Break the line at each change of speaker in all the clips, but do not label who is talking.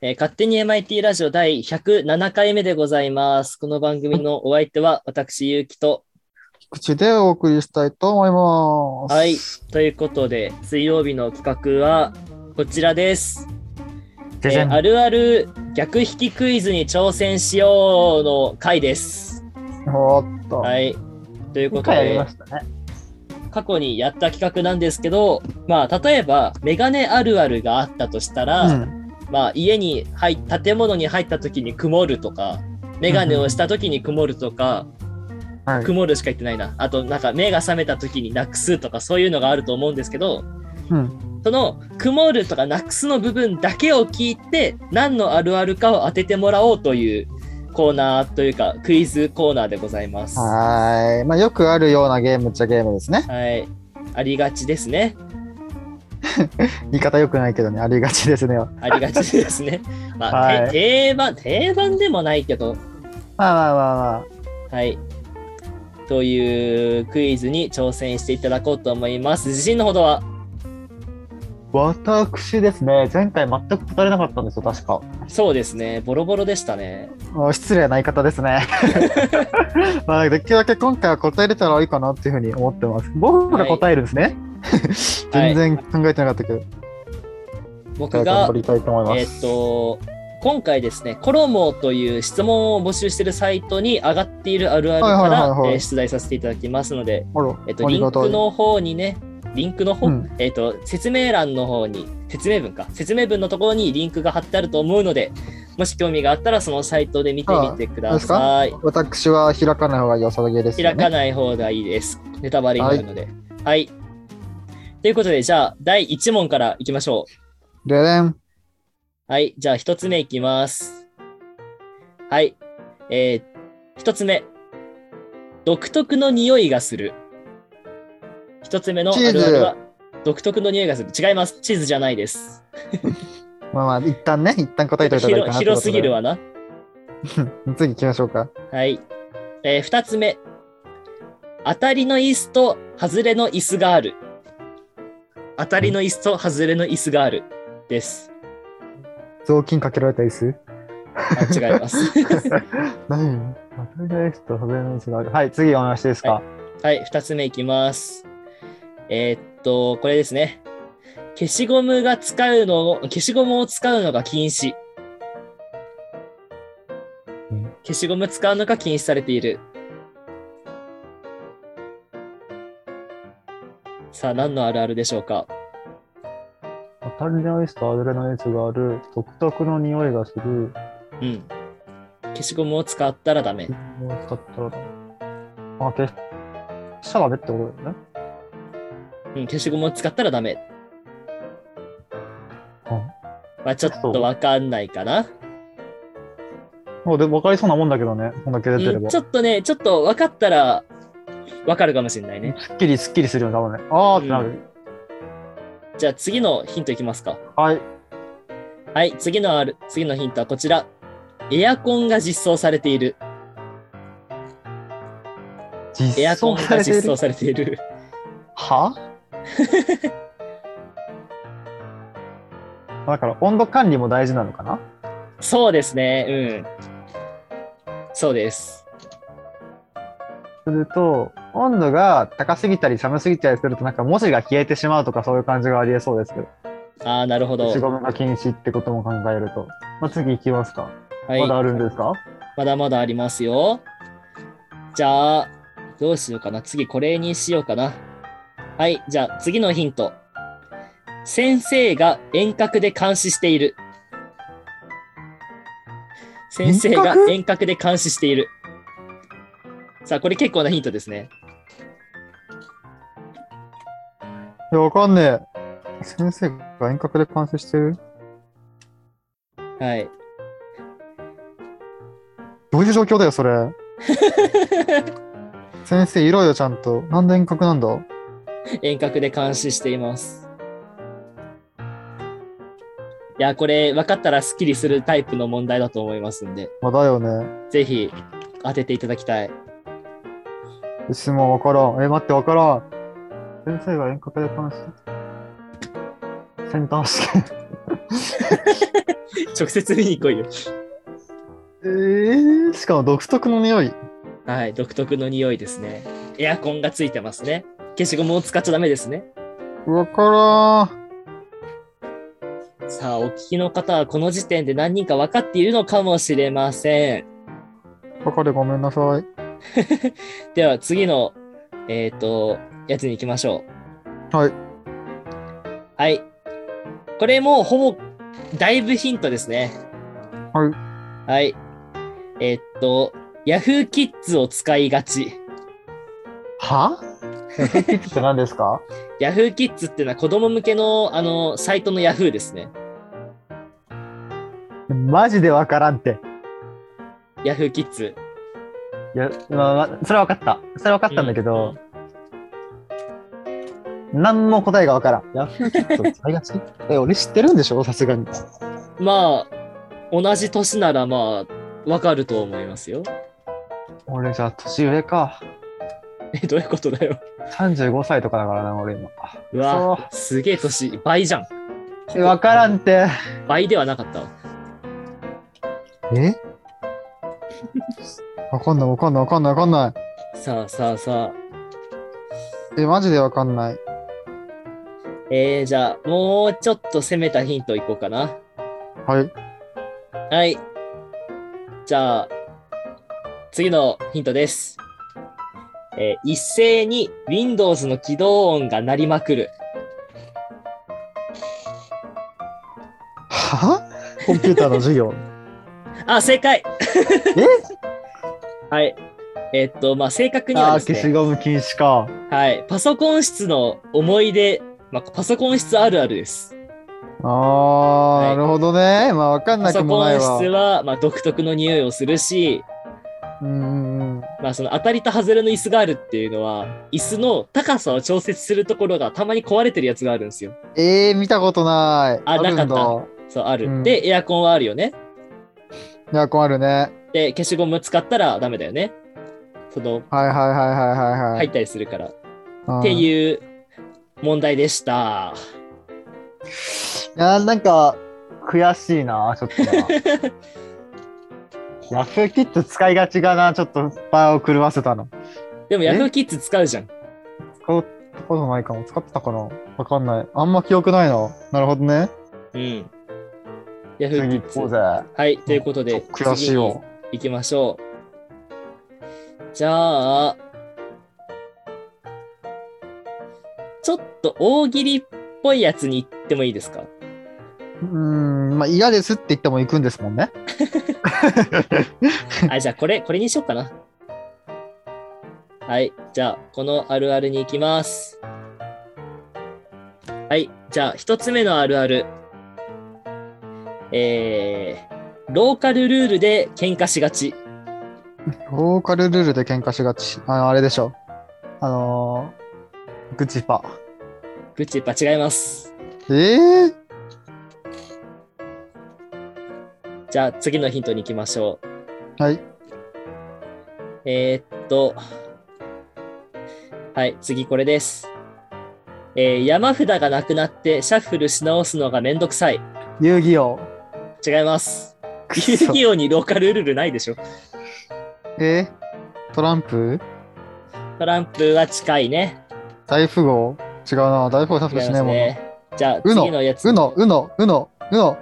えー勝手に MIT ラジオ第107回目でございます。この番組のお相手は私、ゆうきと。
口でお送りしたいと思います。
はい。ということで、水曜日の企画はこちらです。
じゃじゃ
え
ん
ーあるある逆引きクイズに挑戦しようの回です。
おーっと。
はい。というこ
今
と
回やりま
で、
したね。
過去にやった企画なんですけど、まあ、例えば、メガネあるあるがあったとしたら、
うん。
まあ、家に入っ建物に入った時に曇るとか、メガネをした時に曇るとか、
はい。
曇るしか言ってないな。あと、なんか目が覚めた時になくすとか、そういうのがあると思うんですけど、
うん。
その曇るとかなくすの部分だけを聞いて、何のあるあるかを当ててもらおうというコーナーというか、クイズコーナーでございます。は
はーい。まあ、よくあるようなゲームっちゃゲームですね。
い。ありがちですね。
言い方よくないけどね、ありがちですね。まあ
ありがちです ね。まあ、て
はい
定番、定番でもないけど、
まあまあま
はい。というクイズに挑戦していただこうと思います。自信のほどは
あ。私ですね、前回全く答えれなかったんですよ、確か。
そうですね。ボロボロでしたね。
もう失礼な言い方で すね。まあ、できるだけ今回は答えれたらいいかなっていうふうに思ってます。僕が答えるんですね。
はい
全然考えてなかったけど、
僕
頑
が
張、りたいと思い
え
ま
っ、
す。
と、今回ですね、コロモという質問を募集しているサイトに上がっているあるあるか
はいはいはいは
ら、
い
えー出題させていただきますので、
あら
えっ、と、
あ
リ
り
ン
がた
ク
い。
の方にね、リンクの方、
うん
えっ、と、説明欄の方に、説明文か、説明文のところにリンクが貼ってあると思うので、もし興味があったらそのサイトで見てみてください。
私は開かない方が良さげですよ
開
ね。
かない方がいいです。ネタバレになるので。はい。ということで、じゃあ、第1問からいきましょ
ででん。
う。はい。じゃあ、1つ目いきます。はい。えー、1つ目。独特の匂いがする。1つ目のあ
チーズ
るあるは、独特の匂いがする。違います。チーズじゃないです。
まあまあ、一旦ね、一旦答えておいただいた
広
な
広すぎるわな。
うん次行きましょうか。
はい。えー、2つ目。当たりの椅子と外れの椅子がある。当たりの椅子と外れの椅子がある。です。
雑巾かけられた 椅子
あ違います。
何当たりの椅子と外れの椅子がある。はい、次お話ですか。
はい、2つ目いきます。えーっと、これですね。消しゴムが使うのを、消しゴムを使うのが禁止
うん。
消しゴム使うのが禁止されている。さあ、何のあるあるでしょうか
当たりの椅子と外れの椅子がある。独特の匂いがする。
うん。消しゴムを使ったらダメ。
もう使ったら。あ、消したらダメってことだよね。
うん、消しゴムを使ったらダメ。まあ、ちょっとわかんないかな。
もうで分かりそうなもんだけどね。こんだけ出てれ
うん
ば。
ちょっとね、ちょっと分かったら分かるかもしれないね。
すっきりすっきりするよね、多分ね。あーってなる。
じゃあ次のヒントいきますか。
はい。
はい、次のある、次のヒントはこちら。エアコンが実装されている。エア
実
コン
装さ
が
れて
実
いる
装。されている。
はだから温度管理も大事なのかな
そうですね、うん。そうです。
すると温度が高すぎたり寒すぎたりするとなんか文字が消えてしまうとかそういう感じがありえそうですけど
ああ、なるほど。
消し
は
ゴムが禁止ってことも考えると、まあ、次行きますか、
い、
まだあるんですか
まだまだありますよ。じゃあ、どうしようかな。次、これにしようかな。はい、じゃあ、次のヒント。先生が遠隔で監視している。先生が
遠隔
遠隔で監視している。さあ、これ結構なヒントですね。
いやわかんねえ先生が遠隔で監視してる
はい。
どういう状況だよそれ先生いろよちゃんとなんで遠隔なんだ
遠隔で監視しています。いや、これ分かったらスッキリするタイプの問題だと思いますんで、
まあだよね
ぜひ当てていただきたい。
質問わからんえ待ってわからん先生が遠隔で監視先端試験
直接見に来いよ。
えー、しかも独特の匂い。
はい、独特の匂いですね。エアコンがついてますね。消しゴムを使っちゃダメですね。
わからん。
さあ、お聞きの方はこの時点で何人か分かっているのかもしれません。
わかる、ごめんなさい。
では、次の、えっ、と、やつに行きましょ
はい。
う。はい。これも、ほぼ、だいぶヒントですね。。
はい
はい。えっ、と、Yahoo キッズを使いがち。
はフキッズって何ですか
Yahoo キッズっていうのは子供向けの、あの、サイトの Yahoo ですね。
マジでわからんって。
Yahoo キッズ。
いや、まあまあ、それは分かった。それは分かったんだけど、何も答えが分からん。ヤフーキット使いがちえ、俺知って るんでしょさすがに。
まあ、同じ年ならまあ、わかると思いますよ。
俺じゃあ年上か。
え、どういうことだよ。
35歳とかだからな、俺今。
うわ、すげえ年、倍じゃん。
え、分からんって。
倍ではなかったわ。
え分かんない、分かんない、分かんない、分かんない。
さあさあさあ。
え、マジで分かんない。
えー、じゃあ、もうちょっと攻めたヒントいこうかな。
はい。
はい。じゃあ、次のヒントです。えー一斉に Windows の起動音が鳴りまくる。
はコンピューターの授業。
あ、正解
え
はい。えっと、まあ、正確には
あー、
です
消し
ね、
ゴム禁止か。
はい。パソコン室の思い出、まあ、パソコン室あるあるです。
あー、
い
なるほどね。まあ分かん
パ
なく
ソ
も
コ
ない
ン室
わ。
は、まあ、独特の匂いをするし、
うんうんうん。
まあ、その当たりと外れの椅子があるっていうのは、椅子の高さを調節するところがたまに壊れてるやつがあるんですよ。
えー、見たことない。
あ
るんだ
なかそう、ある。
うん
で、エアコンはあるよね。
エアコンあるね。
で、消しゴム使ったらダメだよね。その、
はいはいはいはいはい。は
入
い
ったりするから。
うん
っていう問題でした。
いやーなんか、悔しいな、ちょっとな。 ヤフーキット使いがちがな、ちょっと場を狂わせたの。
でも、ヤフーキッズ使うじゃん。
使ったことないかも。使ってたかなわかんない。あんま記憶ないな。なるほどね。
うん。ヤフーキッ
次行
ズ
こう。ぜ。
はい、ということで、
悔しい
次
よ
に。行きましょう。じゃあ、ちょっと大喜利っぽいやつに行ってもいいですか
うーん、まあ嫌ですって言っても行くんですもんね。
あ、じゃあこれ、これにしようかな。はい、じゃあ、このあるあるに行きます。はい、じゃあ、一つ目のあるある。えー、ローカルルールで喧嘩しがち。
ローカルルールで喧嘩しがち。あの、あれでしょ。あのー、グチパ。
グッチやっぱ違います。
ええー、
じゃあ次のヒントに行きましょう。
はい。
えーっと、はい、次これです。えー山札がなくなってシャッフルし直すのがめんどくさい。
遊戯王。
違います。
く
遊
そ
戯王にローカルルールないでしょ。
えートランプ
トランプは近いね。
大富豪違うな、大富豪さす
違
が
い
し
ま
ない
す
もん
ね。じゃあ
うの
次のやつ。
うの、うの、うの、うの。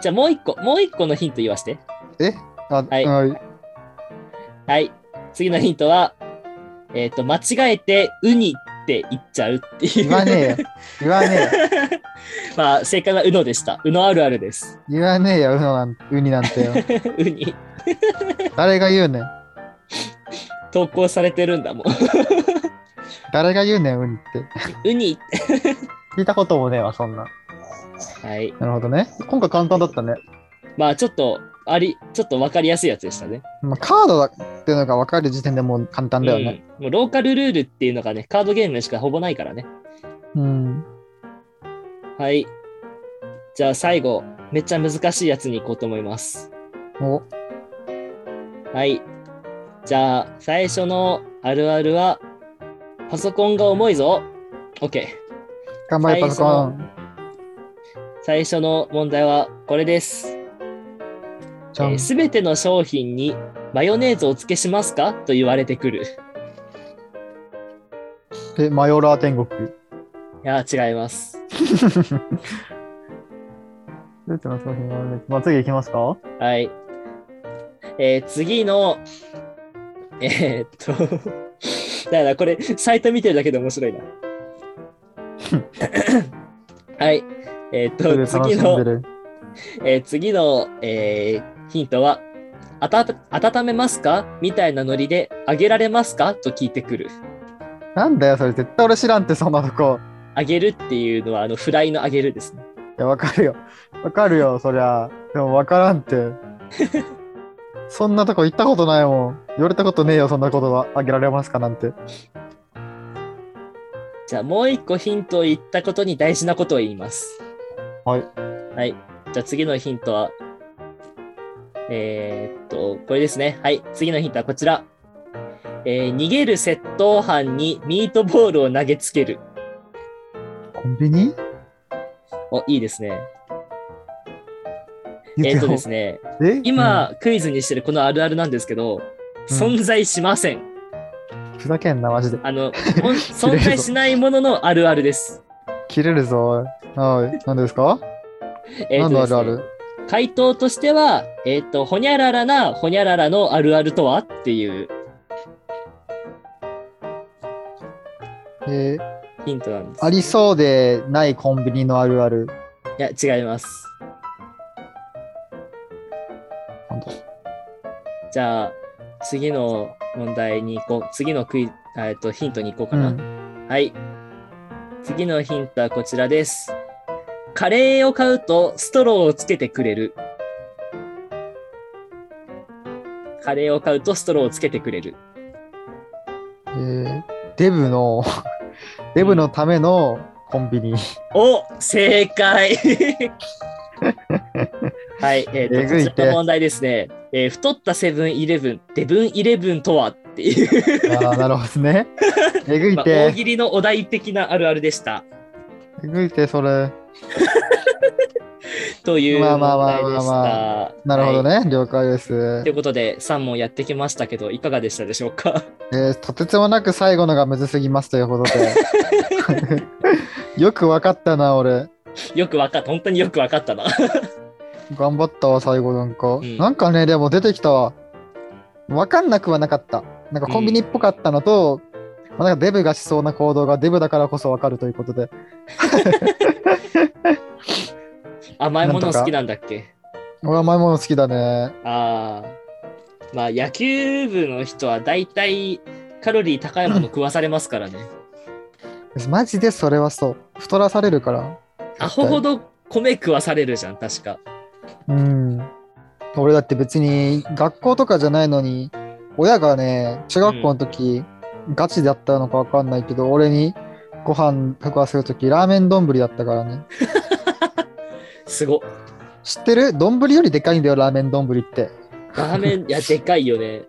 じゃあもう一個、もう一個のヒント言わして。
えあ、
はい
はい。
はい。次のヒントは、えーっと、間違えてウニって言っちゃうっていう。
言わねえよ。言わねえよ。
まあ正解はウノでした。ウノあるあるです。
言わねえよ、うのなんウニなん てよ。
ウニ。
誰が言うねん。
投稿されてるんだもん。
誰が言うねん、ウニって。
ウニ。
聞いたこともねえわ、そんな。
はい。
なるほどね。今回簡単だったね。
まあちょっと、あり、ちょっと分かりやすいやつでしたね。
まあ、カードだっていうのが分かる時点でもう簡単だよね。
うん、もうローカルルールっていうのがね、カードゲームしかほぼないからね。
うん。
はい。じゃあ最後、めっちゃ難しいやつに行こうと思います。
お、
はい。じゃあ、最初のあるあるは、パソコンが重いぞ。OK。
頑張れ、パソコン。
最初の問題はこれです。
じゃん。
すべての商品にマヨネーズをお付けしますかと言われてくる。
え、マヨラー 天国。
いや、違います。
出てますね。まあ、次行きますか
はい。えー次の、えーっと、 だからこれ、サイト見てるだけで面白いな。はい。えーっと、次の、
る。
えー次の、えーヒントは、あた温めますかみたいなノリで、あげられますかと聞いてくる。
なんだよ、それ。絶対俺知らんって、そんなとこ。
あげるっていうのは、あの、フライのあげるですね。
いや、わかるよ。わかるよ、そりゃ。でも、わからん って。そんなとこ行ったことないもん。言われたことねえよ、そんな言葉。あげられますかなんて。
じゃあ、もう一個ヒントを言ったことに大事なことを言います。
はい。
はい。じゃあ、次のヒントは、えーっと、これですね。はい。次のヒントはこちら。えー逃げる窃盗犯にミートボールを投げつける。
コンビニ
お、いいですね。
ゆ
えーっ
き
と
ほ
ですね、
え
今、クイズにしてるこのあるあるなんですけど、存在しません。
うんふざけんな、マジで。
あの、ほ ん存在しないもののあるあるです。
切れるぞ。はい。何ですか
えーっと
何の
で
あ
すね
るある
回答としては、えっ、と、ほにゃららな、ほにゃららのあるあるとはっていう
え
ヒントなんです。
ーありそうでないコンビニのあるある。
いや、違います。
なんだ
じゃあ、次の問題に行こう。次のクイえっ、と、ヒントに行こうか
う
な、
ん。
はい。次のヒントはこちらです。カレーを買うとストローをつけてくれる。カレーを買うとストローをつけてくれる。
えーデブの、デブのためのコンビ ニ。
お正解はい、え
え
ー、と
ぐい
こ
っ
ち
て
らの問題ですね、えー太ったセブンイレブン、デブンイレブンとはっていう、
ああ、なるほ どね。えぐい
まあ、大
て、
喜利のお題的なあるあるでした。
えぐいて、それ。
という
まあ
問
まあまあ
題でした。
なるほど
はい
ね。了解です
とい。うことで、3問やってきましたけど、いかがでしたでしょうか
えーとてつもなく最後のがむずすぎますということで。よくわかったな、俺。
よくわかった、本当によくわかったな。
頑張ったわ、最後なんか。
ん
なんかね、でも出てきたわ。わかんなくはなかった。なんかコンビニっぽかったのと、まあなんかデブがしそうな行動がデブだからこそわかるということで。
甘いも
なん
の
とか
好きなんだっけ
俺甘いもの好きだね。
ああ。まあ、野球部の人は大体カロリー高いもの食わされますからね。
マジでそれはそう。太らされるから。
アホほど米食わされるじゃん、確か。
うん。俺だって別に学校とかじゃないのに、親がね、中学校の時、ガチだったのかわかんないけど、俺にご飯食わせる時、ラーメン丼だったからね。
すごっ。
知ってる丼よりでかいんだよ、ラーメン丼って。
ラーメ ン、いや、でかいよね。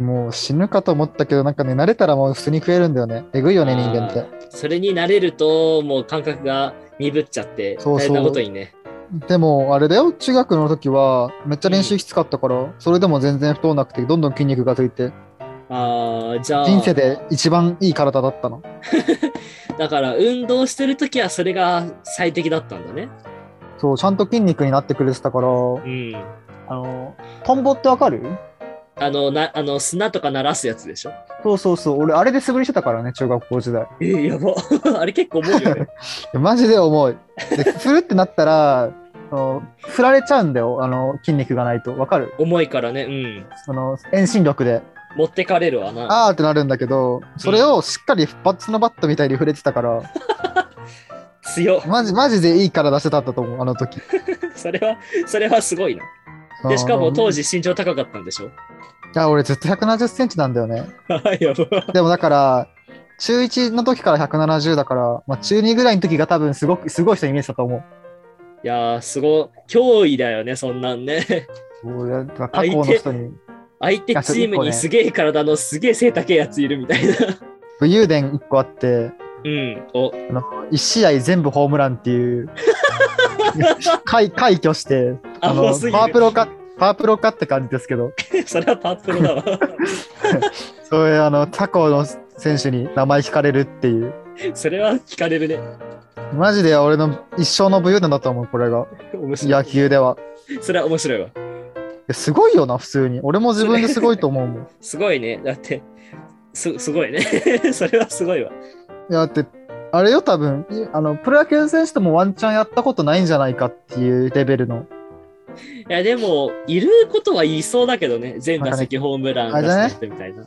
もう死ぬかと思ったけど、なんかね、慣れたらもう普通に食えるんだよね。えぐいよね、
あー
人間って。
それに慣れると、もう感覚が鈍っちゃって、
そうそう
大変なことにね。
でも、あれだよ、中学の時は、めっちゃ練習きつかったから、それでも全然太らなくて、どんどん筋肉がついて、
ああ、じゃあ、
人生で一番いい体だったの。
だから、運動してるときはそれが最適だったんだね。
そう、ちゃんと筋肉になってくれてたから、
うん。
あの、トンボってわかる
あの、なあの砂とか鳴らすやつでしょ。
そうそうそう、俺、あれで素振りしてたからね、中学校時代。
えー、やば。 あれ結構重いよ ね。
マジで重い。で、振るってなったら、 あの振られちゃうんだよ、あの、筋肉がないと。わかる
重いからね、うん。
その、遠心力で、
持ってかれるわな。
あーってなるんだけど、それをしっかりバッツのバットみたいに振れてたから、
強っ。
マジ、マジでいい体してたんだと思う、あの時。
それは、それはすごいな。で、しかも当
時。
時身長高かったんでしょ。
いや、俺ずっと170センチなんだよね。
やば。
でもだから、中1の時から170だから、まあ、中2ぐらいの時が多分すごく、すごい人イメージだと思う。
いやー、すごい。脅威だよね、そんなんね。
そうだから他校の人に
相手チーム
いや
に
そ
すげえ体のすげえ背高いやついるみたいな。
武勇伝1個あって
うん。お、
1試合全部ホームランっていう快快挙して
あ、
あの
もうすぎ
パワープ
る。
ロか、パワープロかって感じですけど、
それはパワープロだわ。
そういうあの、他校の選手に名前聞かれるっていう。
それは聞かれるね。
マジで俺の一生の武勇なんだと思う、これが。
面白
野
い。
球では。
それは面白いわ。
いやすごいよな、普通に。俺も自分ですごい と思うもん。
すごいね。だって、すすごいね。 それはすごいわ。
いやだって、あれよ、多分、いあの、プロ野球選手ともワンチャンやったことないんじゃないかっていうレベルの。
いや、でも、いることはいそうだけどね。全打席ホームラン出した人みたいな。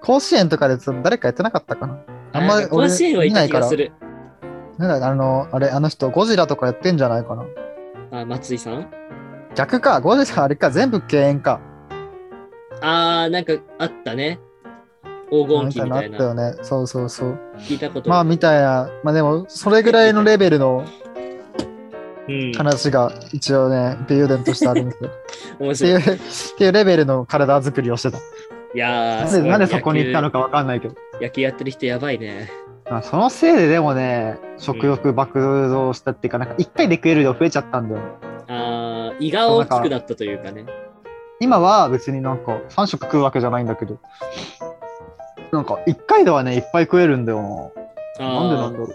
甲子園とかでその誰かやってなかったかな。あんま
なんか甲子園はいた気がする。
なんだあの、あれ、あの人、ゴジラとかやってんじゃないかな。
あ、松井さん
逆か、ゴジラあれか、全部敬遠か。
あー、なんかあったね。黄金期みたい
あ
な。
ったよね。そうそうそう。
聞いたこと
まあ、
ある
みたいな。まあ、でも、それぐらいのレベルの
うん、
話が一応ね、武勇伝としてあるんですよ。
面
って
白い。
いう、っていうレベルの体作りをしてた。
いやー
なん
す
で
ごい
なんでそこに行ったのかわかんないけど。
野球野球やってる人やばいね。
あそのせいででもね、食欲爆増したっていうか、なんか一回で食える量増えちゃったんだよ。
あー胃が大きくなったというかね。
今は別になんか3食食うわけじゃないんだけど、なんか一回ではね、いっぱい食えるんだよ
あ
な。
ー
なんでなんだろう。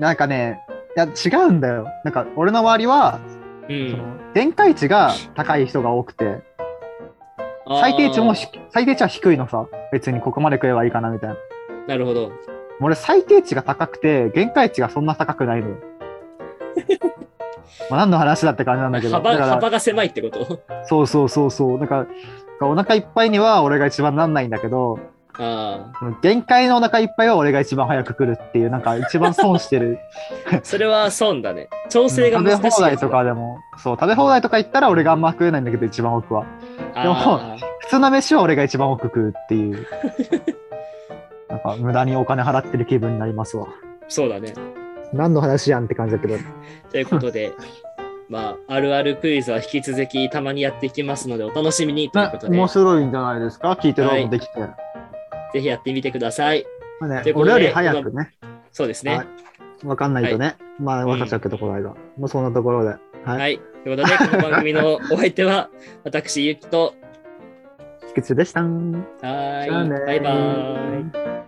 なんかね、いや違うんだよ。なんか俺の周りは、
う
そ
ん、
の限界値が高い人が多くて、
あー
最低値もひ最低値は低いのさ。別にここまで食えばいいかなみたいな。
なるほど。
俺最低値が高くて限界値がそんな高く ないのよ。まあ何の話だって感じなんだけど。
幅
だから
幅が狭いってこと。
そうそうそうそう。だからだからお腹いっぱいには俺が一番なんないんだけど、
あ
限界のお腹いっぱいは俺が一番早く来るっていう、なんか一番損してる。
あ、それは損だね。調
食
整が
べ
難しいやつ
放
だ。
題とかでも、そう、食べ放題とか行ったら俺があんま食えないんだけど、一番奥は。
あー
普通の飯は俺が一番奥食うっていう。なんか無駄にお金払ってる気分になりますわ。
そうだね。
何の話やんって感じだけど。
ということで、まあ、あるあるクイズは引き続きたまにやっていきますので、お楽しみにということで、
面白いんじゃないですか聞いてる
はい
方もできて。
ぜひやってみてください。
まあね
ということで
俺より早くね、
そうですね。
はいわかんないとね、まあ分かっちゃうけど、この間。もうそんなところで。はい。
はい。ということで、この番組のお相手は、私、ゆきと、
菊池でした。
はー
じゃあ
い。
ね
バイバーイ。